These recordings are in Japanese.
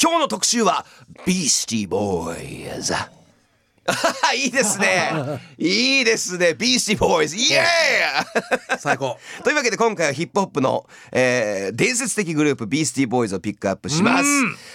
今日の特集はビースティーボーイズ いいですねいいですねビースティーボーイズイエ ーイ最高というわけで今回はヒップホップの、えー伝説的グループビースティーボーイズをピックアップします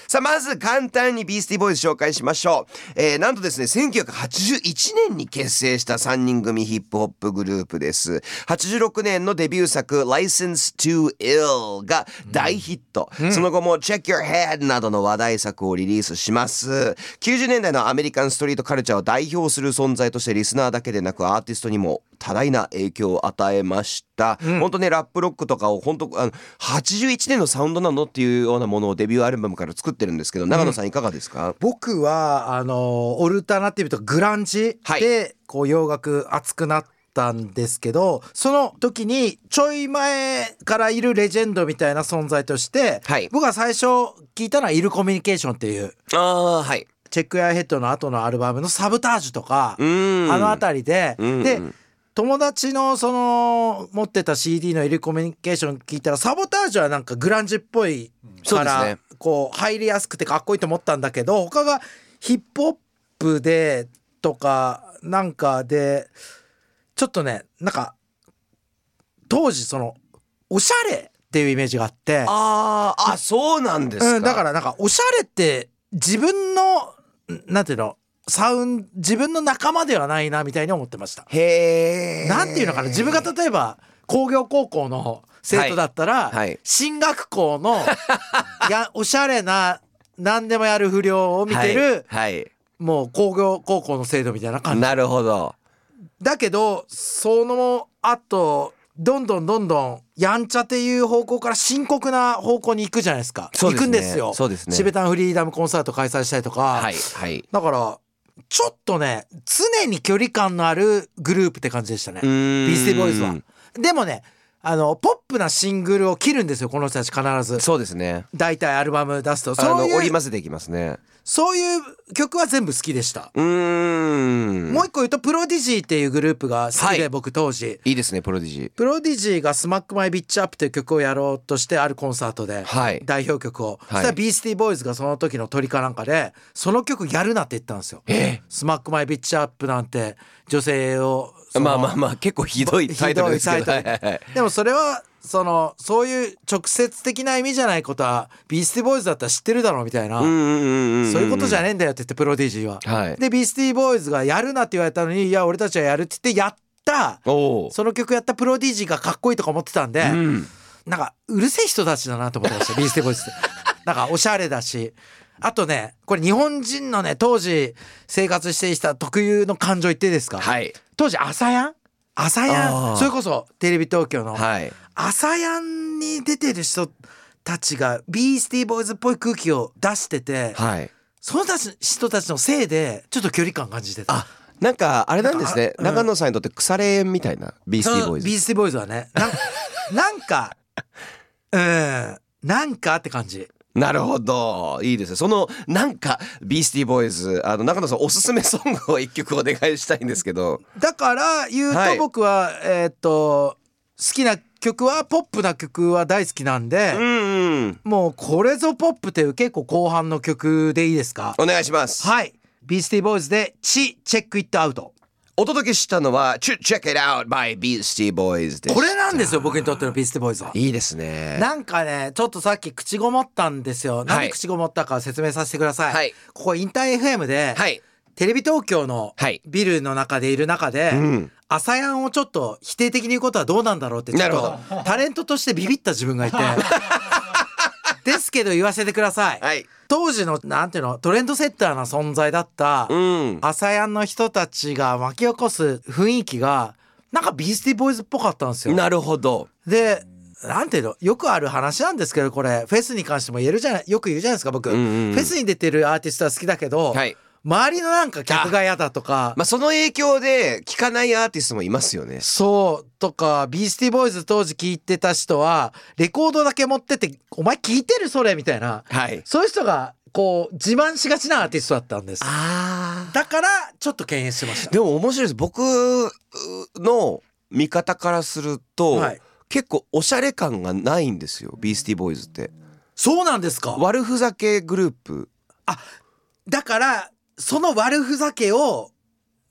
さあまず簡単にビースティーボーイズ紹介しましょう、えーなんとですね1981年に結成した3人組ヒップホップグループです86年のデビュー作「License to Ill」が大ヒット、その後も「Check Your Head」などの話題作をリリースします90年代のアメリカンストリートカルチャーを代表する存在としてリスナーだけでなくアーティストにも多大な影響を与えました、本当ねラップロックとかを本当あの81年のサウンドなのっていうようなものをデビューアルバムから作ってるんですけど長野さんいかがですか、僕はあのオルタナティブとかグランジはいでこう洋楽熱くなったんですけどその時にちょい前からいるレジェンドみたいな存在として、はい僕が最初聞いたのは「イルコミュニケーション」っていうああーはいチェックヤーヘッドの後のアルバムの「サブタージュ」とか、うんあの辺りで、うんで友達のその持ってた CD のイルコミュニケーション聞いたらサボタージュはなんかグランジっぽいそうかですねらこう入りやすくてかっこいいと思ったんだけど他がヒップホップでとかなんかでちょっとねなんか当時そのおしゃれっていうイメージがあって。あーあそうなんですか、うん、だからなんかおしゃれって自分のんなんていうのサウン自分の仲間ではないなみたいに思ってました。へえなんていうのかな自分が例えば工業高校の生徒だったら、いはい進学校 のやおしゃれな何でもやる不良を見てる、はい、はいもう工業高校の生徒みたいな感じなるほどだけどその後どんどんどんどんやんちゃっていう方向から深刻な方向に行くじゃないですかそうですね行くんですよそうですねチベタンフリーダムコンサート開催したりとか、はいはいだからちょっとね常に距離感のあるグループって感じでしたねうーんビースティーボーイズはでもねあのポップなシングルを切るんですよこの人たち必ずそうですね大体アルバム出すとあのそう織いりう交ぜていきますねそういう曲は全部好きでした、うーんもう一個言うとプロディジーっていうグループが好きで、はい僕当時いいですねプロディジープロディジーが「スマックマイビッチアップという曲をやろうとしてあるコンサートではい代表曲を、そはいしたらビースティーボーイズがその時の鳥かなんかでその曲やるなって言ったんですよ。スマックマイビッチアップなんて女性をそのまあまあまあ結構ひどいタイトルですけひどどはいいはタイいトルはいでもそれはそのそういう直接的な意味じゃないことはビースティーボーイズだったら知ってるだろうみたいな、うんうんうんうんんそういうことじゃねえんだよって言ってプロディジーは。はいでビースティーボーイズがやるなって言われたのにいや俺たちはやるって言ってやったおおその曲やったプロディジーがかっこいいとか思ってたんで、んなんかうるせえ人たちだなと思って ましたビースティーボーイズってなんかおしゃれだしあとねこれ日本人のね当時生活してきた特有の感情言っていいですか、はい当時朝やん朝やあーんそれこそテレビ東京のはい朝やんに出てる人たちがビースティーボーイズっぽい空気を出してて、はいそのたち人たちのせいでちょっと距離感感じてたあなんかあれなんですねなんかあう長ん野さんにとって腐れ縁みたいなビースティーボーイビーズスティーボーイズはねなんなん かうんなんかって感じなるほどいいですねそのなんかビースティーボーイズあの長野さんおすすめソングを一曲お願いしたいんですけどだから言うはとい僕は、えーっと好きな曲はポップな曲は大好きなんで、うんうんもうこれぞポップという結構後半の曲でいいですかお願いしますはいビースティーボーイズで「チチェックイットアウトお届けしたのは「Check It Out by Beastie Boys」で」こすれなんですよ僕にとってのビースティーボーイズはいいですねなんかねちょっとさっき口ごもったんですよ、なんはいで口ごもったか説明させてください、はいここインター FM で、はいテレビ東京のはいビルの中でいる中で、ん朝やんをちょっと否定的に言うことはどうなんだろうってちょっなるとタレントとしてビビった自分 がいてですけど言わせてください、はい当時のなんていうのトレンドセッターな存在だった、うん朝やんの人たちが巻き起こす雰囲気がなんかビースティーボーイズっぽかったんですよ。なるほどでなんていうのよくある話なんですけどこれフェスに関しても言えるじゃないよく言うじゃないですか僕、んうんフェスに出てるアーティストは好きだけど、はい周りのなんか客が嫌だとか、まあその影響で聞かないアーティストもいますよねそうとかビースティーボーイズ当時聞いてた人はレコードだけ持ってって「お前聞いてるそれ」みたいなはいそういう人がこう自慢しがちなアーティストだったんですあだからちょっと敬遠してましたでも面白いです僕の見方からすると、はい結構おしゃれ感がないんですよビースティーボーイズってそうなんですか悪ふざけグループだからその悪ふざけを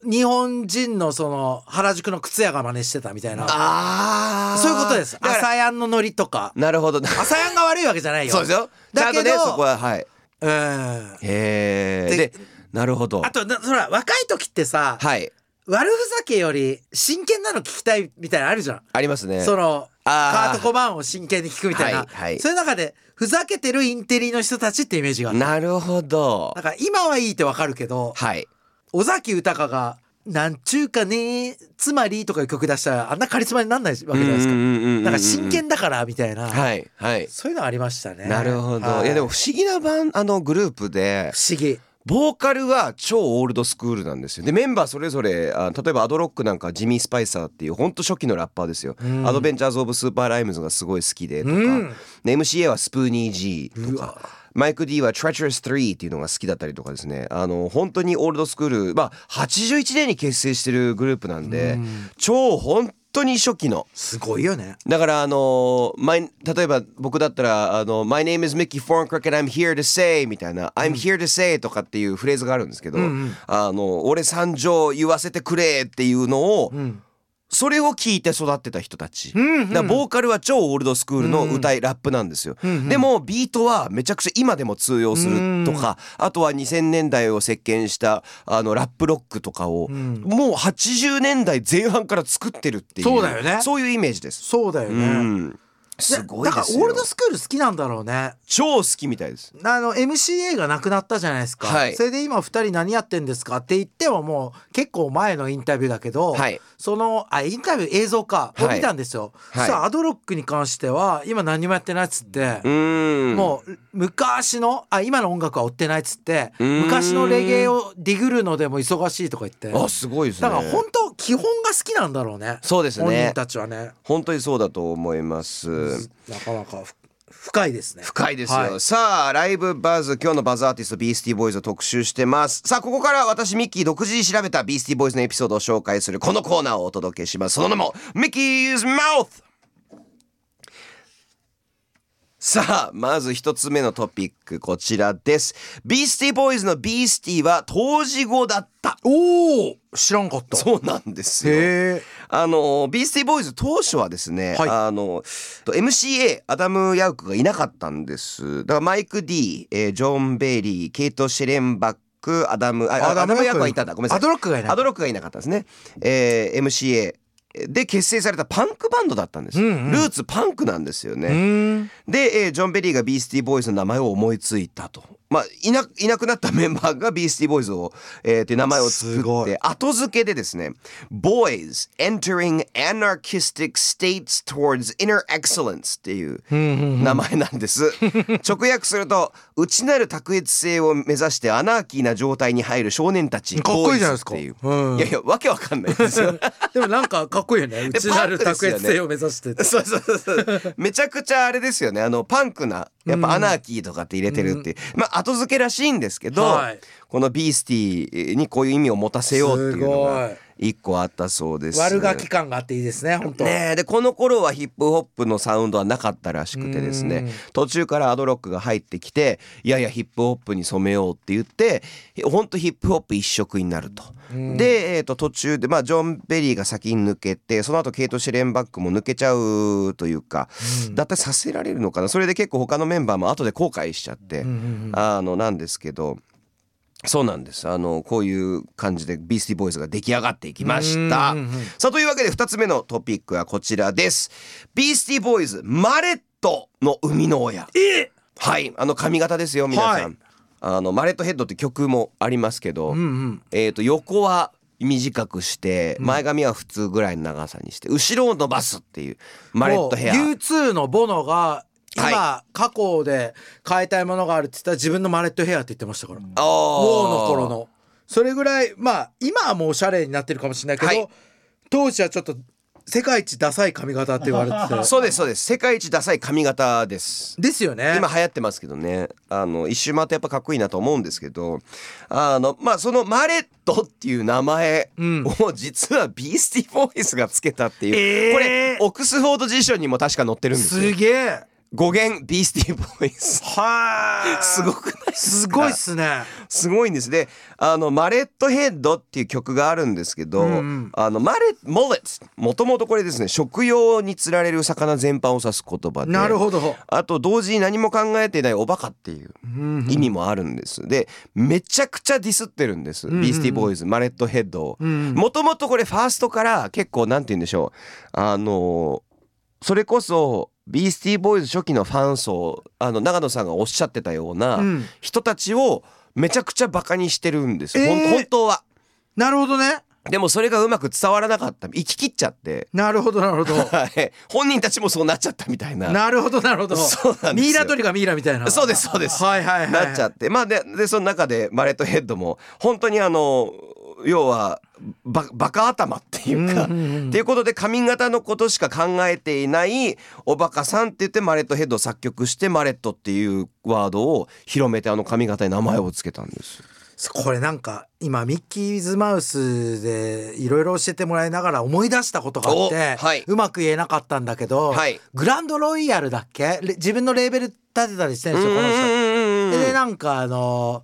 日本人のその原宿の靴屋が真似してたみたいなあそういうことですだから朝やんのノリとかなるほどそ朝やんが悪いわけじゃないようですよちゃだんとけどねそこははいうんあへえででなるほどとなそら若い時ってさ、はい悪ふざけより真剣なの聞きたいみたいなのあるじゃん、ありますねそのカあーートコバーンを真剣に聞くみたいな、はいはいそういう中でふざけてるインテリの人たちってイメージがあるなるほどだから今はいいってわかるけどはい尾崎豊が「なんちゅうかねつまり」とかいう曲出したらあんなカリスマになんないわけじゃないですかななんか真剣だからみたいな、はいはいそういうのありましたねなるほどはいいやでも不思議なバンあのグループで不思議ボーカルは超オールドスクールなんですよでメンバーそれぞれあ例えばアドロックなんかジミー・スパイサーっていうほんと初期のラッパーですよ、うんアドベンチャーズ・オブ・スーパー・ライムズがすごい好きでとか、うんで MCA はスプーニー・ G うとわかマイク・ D は Treacherous 3っていうのが好きだったりとかですねあの本当にオールドスクールまあ81年に結成してるグループなんで、うん超本当に初期のすごいよねだからあのー、my- 例えば僕だったら「あの My name is Mickey Thorncrook and I'm here to say」みたいな「I'm here to say」とかっていうフレーズがあるんですけど「うんうんあの俺参上言わせてくれ」っていうのを、うんそれを聞いて育ってた人たち、うんうんだからボーカルは超オールドスクールの歌い、ラップなんですよ、うんうんでもビートはめちゃくちゃ今でも通用するとか、あとは2000年代を席巻したあのラップロックとかを、んもう80年代前半から作ってるっていうそうだよねそういうイメージですそうだよね、うん、すごいでだからすよオールドスクール好きなんだろうね超好きみたいですあの MCA がなくなったじゃないですか、はいそれで今二人何やってんですかって言ってももう結構前のインタビューだけど、はいそのあインタビュー映像かをはい見たんですよ、はいそしたらアドロックに関しては今何もやってないっつってう、ーんもう昔のあ今の音楽は追ってないっつってうーん昔のレゲエをディグるのでも忙しいとか言ってあすごいですねだから本当基本が好きなんだろうねそうですね本人たちはね本当にそうだと思いますなかなかふ深いですね深いですよ、はさあライブバズ今日のバズアーティストビースティーボーイズを特集してますさあここから私ミッキー独自に調べたビースティーボーイズのエピソードを紹介するこのコーナーをお届けしますその名もミッキーズマウスさあまず一つ目のトピックこちらですビースティーボーイズのビースティーは当時語だったおお知らんかったそうなんですよへえあのビースティーボーイズ当初はですね、はいあのと MCA アダム・ヤウクがいなかったんですだからマイク・ D、えージョン・ベイリーケイト・シェレンバックアダムああアダム・ヤウクはいたんだごめんなさいアドロックがいないアドロックがいなかったですね、えー MCA で結成されたパンクバンドだったんです、うんうんルーツパンクなんですよね、うーんで、えージョン・ベリーがビースティーボーイズの名前を思いついたと。まあ、いないなくなったメンバーがビースティーボーイズを、えー、っていう名前を作すっごいて後付けでですね「Boys Entering Anarchistic States Towards Inner Excellence」っていう名前なん です。直訳すると「内なる卓越性を目指してアナーキーな状態に入る少年たち」かっこいいじゃないですか Boys っていううんいやいやわけわかんないですよ。でもなんかかっこいいよね。内なる卓越性を目指してて。そうそうそうそう。めちゃくちゃあれですよね。あのパンクな、やっぱアナーキーとかって入れてるっていう、まあ後付けらしいんですけど、はいこのビースティーにこういう意味を持たせようっていうのすが一個あったそうです。悪ガキ感があっていいですね。本当。ねえでこの頃はヒップホップのサウンドはなかったらしくてですね途中からアドロックが入ってきていやいやヒップホップに染めようって言ってほんとヒップホップ一色になると。で、えー、と途中で、まあ、ジョン・ベリーが先に抜けてその後ケイト・シェレンバックも抜けちゃうというか、だったりさせられるのかなそれで結構他のメンバーも後で後悔しちゃって、あのなんですけど。そうなんですあのこういう感じでビースティーボーイズが出来上がっていきましたさあというわけで2つ目のトピックはこちらですビースティーボーイズマレットの生みの親えはいあの髪型ですよ皆さん、はいあのマレットヘッドって曲もありますけど、うんうん。えー、と横は短くして前髪は普通ぐらいの長さにして後ろを伸ばすっていうマレットヘアもう U2 のボノが今、は過去で変えたいものがあるって言ったら自分のマレットヘアって言ってましたから。ウォーあーの頃の。それぐらいまあ今はもうおしゃれになってるかもしれないけど、はい当時はちょっと世界一ダサい髪型って言われ てて。そうですそうです世界一ダサい髪型ですですよね。今流行ってますけどねあの一周回ってやっぱかっこいいなと思うんですけどあのまあそのマレットっていう名前うんを実はビースティーボーイズがつけたっていう、えーこれオックスフォード辞書にも確か載ってるんですすよげえ。語源ビースティーボーイズはすごくないです すかごいっすね。すごいんですであのマレットヘッドっていう曲があるんですけど、うんうんあのマレモレットもともとこれですね食用に釣られる魚全般を指す言葉でなるほど。あと同時に何も考えていないおバカっていううん意味もあるんです、でめちゃくちゃディスってるんです、んうんビースティーボーイズマレットヘッドをうんもともとこれファーストから結構なんて言うんでしょうあのそれこそビースティーボーイズ初期のファン層あの長野さんがおっしゃってたようなうん人たちをめちゃくちゃバカにしてるんです、えーほん本当は。なるほどね。でもそれがうまく伝わらなかった生き切っちゃ って、なるほどなるほ ど。はい本人たちもそうなっちゃったみたいな。なるほどなるほど。そうなんですよミイラ取りがミイラみたいな。そうですそうですはいはいはい。 なっちゃってまあででその中でマレットヘッドも本当にあの要はババカ頭っていうか、うんうんうんっていうことで髪型のことしか考えていないおバカさんって言ってマレットヘッドを作曲してマレットっていうワードを広めてあの髪型に名前をつけたんです。これなんか今ミッキーズマウスでいろいろ教えてもらいながら思い出したことがあって、おはいうまく言えなかったんだけど、はいグランドロイヤルだっけレ自分のレーベル立てたりしてるんですよこの人。でなんかあの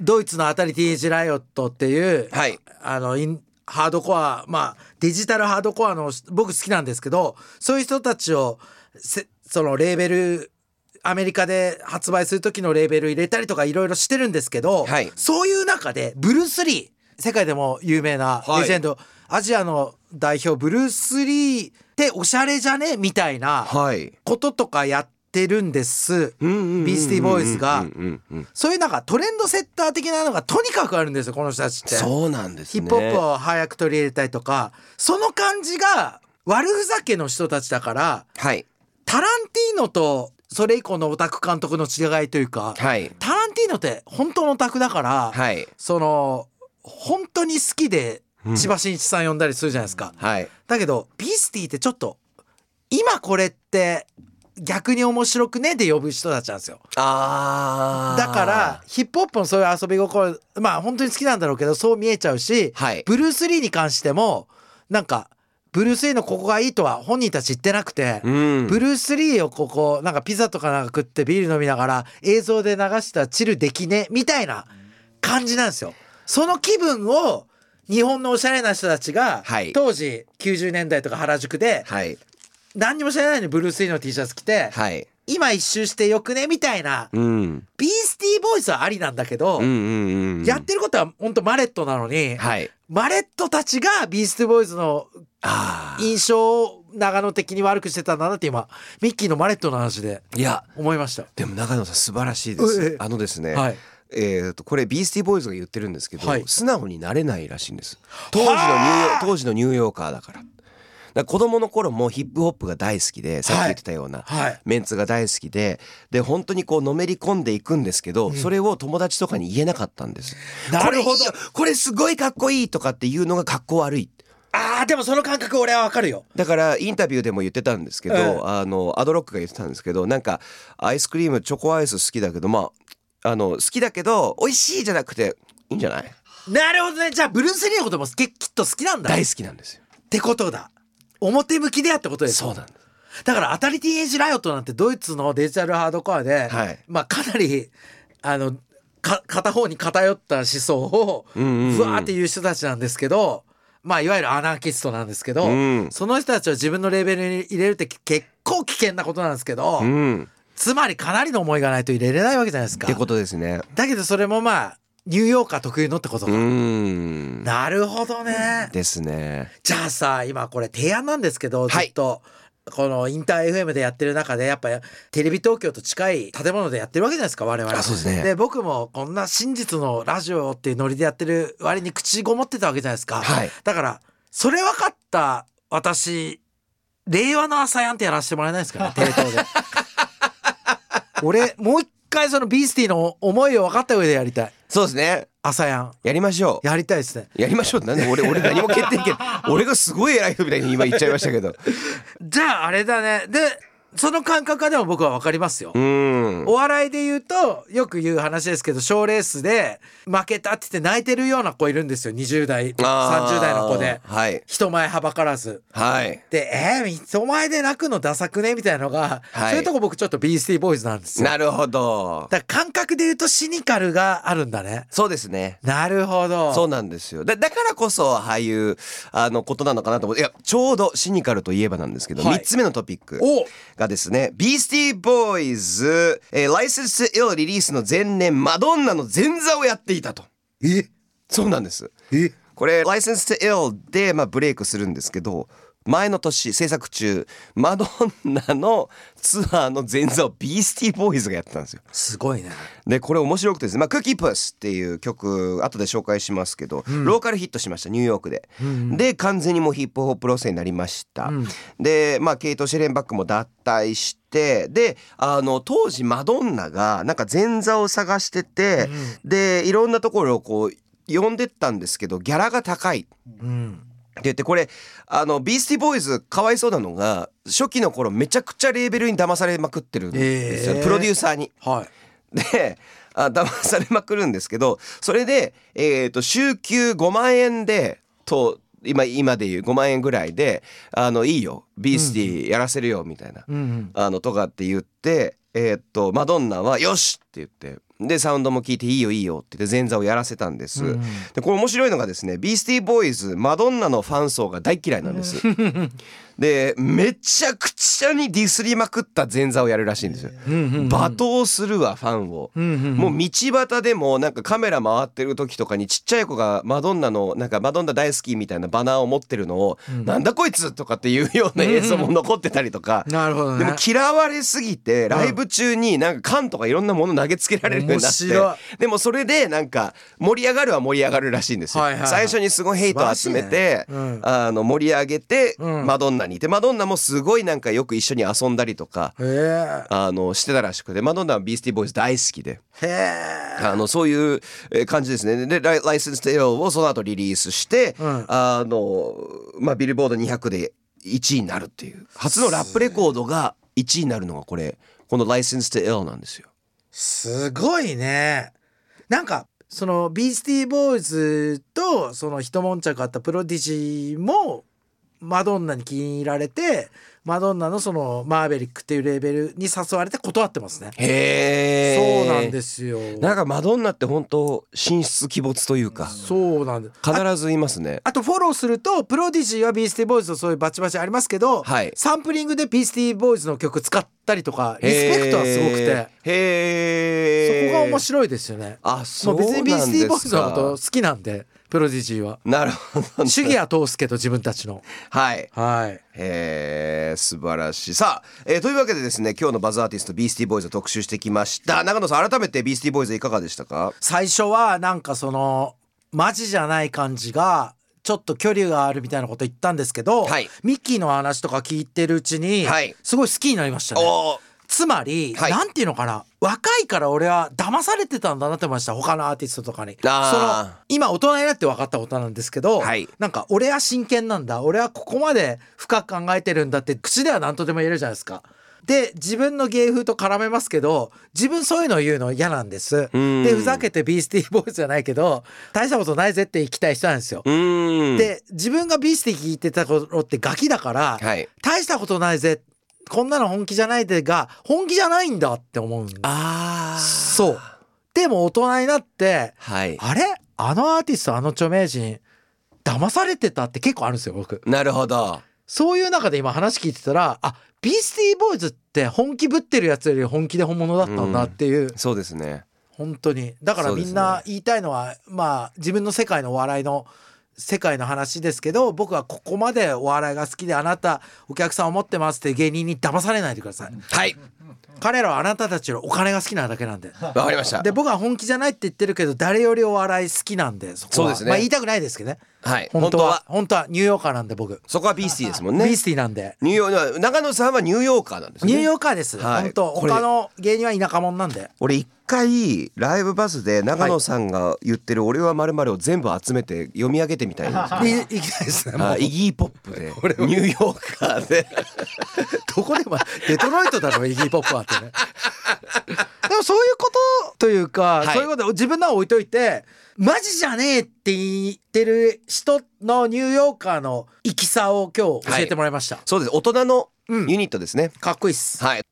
ドイツの「アタリティージ・ライオット」っていう、はいあのインハードコアまあデジタルハードコアの僕好きなんですけどそういう人たちをせそのレーベルアメリカで発売する時のレーベル入れたりとかいろいろしてるんですけど、はいそういう中でブルース・リー世界でも有名なはいレジェンド、アジアの代表ブルース・リーっておしゃれじゃねみたいなはいこととかやってるんです。ビービースティーボーイズがうんうんうんそういうなんかトレンドセッター的なのがとにかくあるんですよこの人たちって。そうなんですヒね。ップホップを早く取り入れたいとかその感じが悪ふざけの人たちだからはいタランティーノとそれ以降のオタク監督の違いというか、はいタランティーノって本当のオタクだから、はいその本当に好きでうん千葉真一さん呼んだりするじゃないですか。はいだけどビースティってちょっと今これって逆に面白くねで呼ぶ人たちなんですよ。あーだからヒップホップのそういう遊び心まあ本当に好きなんだろうけどそう見えちゃうし、はいブルース・リーに関してもなんかブルース・リーのここがいいとは本人たち言ってなくて、うんブルース・リーをここなんかピザとかなんか食ってビール飲みながら映像で流したらチルできねみたいな感じなんですよ。その気分を日本のおしゃれな人たちが、はい当時90年代とか原宿ではい何にも知らないのにブルース・リーの T シャツ着て、はい今一周してよくねみたいなうんビースティーボーイズはありなんだけど、うんうんうんうんやってることは本当マレットなのに、はいマレットたちがビースティーボーイズのあー印象を長野的に悪くしてたんだなって今ミッキーのマレットの話でいや思いました。でも中野さん素晴らしいでえすえあのですね、はいえーとこれビースティーボーイズが言ってるんですけど、はい素直になれないらしいんです当時のニューヨー当時のニューヨーカーだからだから子供の頃もヒップホップが大好きでさっき言ってたような、はいメンツが大好きでで本当にこうのめり込んでいくんですけど、それを友達とかに言えなかったんですなるこほどれいいよこれすごいかっこいいとかっていうのがかっこ悪いあーでもその感覚俺はわかるよ。だからインタビューでも言ってたんですけど、ええあのアドロックが言ってたんですけどなんかアイスクリームチョコアイス好きだけどまああの好きだけど美味しいじゃなくていいんじゃないなるほどねじゃあブルース・リーのこともききっと好きなんだっ大好きなんですよ。てことだ。表向きでやってことですよそうなんです。だから「アタリティエイジ・ライオット」なんてドイツのデジタルハードコアで、はいまあ、かなりあのか片方に偏った思想をんうんうんふわーって言う人たちなんですけど、まあ、いわゆるアナーキストなんですけど、うんその人たちを自分のレベルに入れるって結構危険なことなんですけど、うん。つまりかなりの思いがないと入れれないわけじゃないですか。ってことですね。だけどそれもまあニューヨーカー特有のってことか。うん。なるほどね。ですね。じゃあさ今これ提案なんですけどずはいっと、このインター FM でやってる中でやっぱテレビ東京と近い建物でやってるわけじゃないですか我々あそうですね僕もこんな真実のラジオっていうノリでやってる割に口ごもってたわけじゃないですか、はいだからそれ分かった私令和の朝やんってやらせてもらえないで すかねテレ東で俺もう一回そのビースティの思いを分かった上でやりたいそうですね。朝やんやりましょう。やりたいですねやりましょうってなんで俺俺何も 決定権俺がすごい偉い人みたいに今言っちゃいましたけどじゃああれだねでその感覚はでも僕は分かりますよ、うんお笑いで言うとよく言う話ですけど賞ーレースで負けたって言って泣いてるような子いるんですよ20代あー30代の子ではい人前はばからず。はいでえー、人前で泣くのダサくねみたいなのが、はいそういうとこ僕ちょっとビースティーボーイズなんですよ。なるほどだから感覚で言うとシニカルがあるんだね。そうですねなるほど。そうなんですよだだからこそああいうあのことなのかなと思っていやちょうどシニカルといえばなんですけど、はい3つ目のトピックおがですねビースティーボーイズ、えー、ライセンス・イルリリースの前年マドンナの前座をやっていたとえそうなんですえこれ「ライセンス・イル」で、まあ、ブレイクするんですけど前の年制作中マドンナのツアーの前座をビースティーボーイズがやってたんですよ。すごいね。でこれ面白くてですね「まあ、クッキープス」っていう曲後で紹介しますけど、ローカルヒットしましたニューヨークで。で完全にもうヒップホップ路線になりました。で、まあ、ケイト・シェレンバックも脱退してであの当時マドンナがなんか前座を探してて、でいろんなところをこう呼んでったんですけどギャラが高い。うん。って言ってこれあのビースティーボーイズかわいそうなのが初期の頃めちゃくちゃレーベルに騙されまくってるんですよ、えープロデューサーに。はい。であ騙されまくるんですけどそれで、えー、と週休5万円でと今今でいう5万円ぐらいで「あのいいよビースティーやらせるよ」みたいな、うん。あのとかって言って、えーっとマドンナは「よし!」って言ってでサウンドも聞いて「いいよいいよ」って言って前座をやらせたんです。うんでこれ面白いのがですねビースティーボーイズマドンナのファン層が大嫌いなん です。でめちゃくちゃにディスりまくった前座をやるらしいんですよ。うん。罵倒するわファンを。うん。うん。もう道端でもなんかカメラ回ってる時とかにちっちゃい子がマドンナのなんかマドンナ大好きみたいなバナーを持ってるのを「なんだこいつ!」とかっていうような映像も残ってたりとかなるほどでね。も嫌われすぎてライブ中になんか缶とかいろんなもの投げつけられるようになっ面白いてでもそれでなんか盛り上がるは盛り上がるらしいんですよはいはいはい最初にすごいヘイトを集めて素晴らしいねうんあの盛り上げてうんマドンナにいてマドンナもすごいなんかよく一緒に遊んだりとかへえあのしてたらしくてマドンナはビースティーボーイズ大好きで。へえ。あのそういうえー感じですね。で、ライライセンステイルをその後リリースして、うんあのまあビルボード200で1位になるっていう初のラップレコードが1位になるのがこれこのライセンステイルなんですよ。すごいね。なんかそのビースティーボーイズとその一悶着あったプロディジーもマドンナに気に入られてマドンナのそのマーベリックっていうレーベルに誘われて断ってますね。へそうなんす。ですよ。なんかマドンナって本当神出鬼没というかそうなんです。必ずいますね。あとフォローするとプロディジーはビースティーボーイズとそういうバチバチありますけど、はいサンプリングでビースティーボーイズの曲使ったりとかリスペクトはすごくへてーへーそこが面白いですよね。あそもううなん別ですか。にビースティーボーイズのこと好きなんでプロディジーは。なるほど。主義は通すけど自分たちの。はい。はい。えー、素晴らしいさあ、えーというわけでですね今日のバズアーティストビースティーボーイズを特集してきました長野さん改めてビースティーボーイズいかがでしたか最初はなんかそのマジじゃない感じがちょっと距離があるみたいなこと言ったんですけど、はいミッキーの話とか聞いてるうちに、はいすごい好きになりましたね。おーつまり、はいなんていうのかな若いから俺は騙されてたんだなって思いました他のアーティストとかにそあーの今大人になって分かったことなんですけど、はいなんか俺は真剣なんだ俺はここまで深く考えてるんだって口では何とでも言えるじゃないですか。で自分の芸風と絡めますけど自分そういうの言うの嫌なんです。うんでふざけてビースティーボーイズじゃないけど大したことないぜって行きたい人なんですよ。うーんで自分がビースティー聞いてた頃ってガキだから、はい大したことないぜこんなの本気じゃないでが本気じゃないんだって思うんだあそうでも大人になってはいあれあのアーティストあの著名人騙されてたって結構あるんですよ僕なるほどそういう中で今話聞いてたらあビースティーボーイズって本気ぶってるやつより本気で本物だったんだっていう、そうですね本当にだからそうでみすねんな言いたいのは、まあ自分の世界のお笑いの世界の話ですけど僕はここまでお笑いが好きであなたお客さんを持ってますっていう芸人に騙されないでくださいはい彼らはあなたたちよりお金が好きなだけな んでわかりましたで僕は本気じゃないって言ってるけど誰よりお笑い好きなんでそこそはうですねまあ言いたくないですけどねはい本当本は当本当はニューヨーカーなんで僕そこはビースティーですもんねビースティーなんでニューヨーク長野さんはニューヨーカーなんですねニューヨーカーです、はい本当これ他の芸人は田舎者なんで俺一回ライブバスで長野さんが言ってる「俺はまるを全部集めて読み上げてみたい なんですよ、でいきたいですねもあうイギー・ポップでニューヨーカーでどこでもデトロイトだろイギー・ポップはってね でもそういうことというか、はいそういうこと自分のは置いといてマジじゃねえって言ってる人のニューヨーカーの行きさを今日教えてもらいました、そうです大人のうんユニットですね、かっこいいっすはい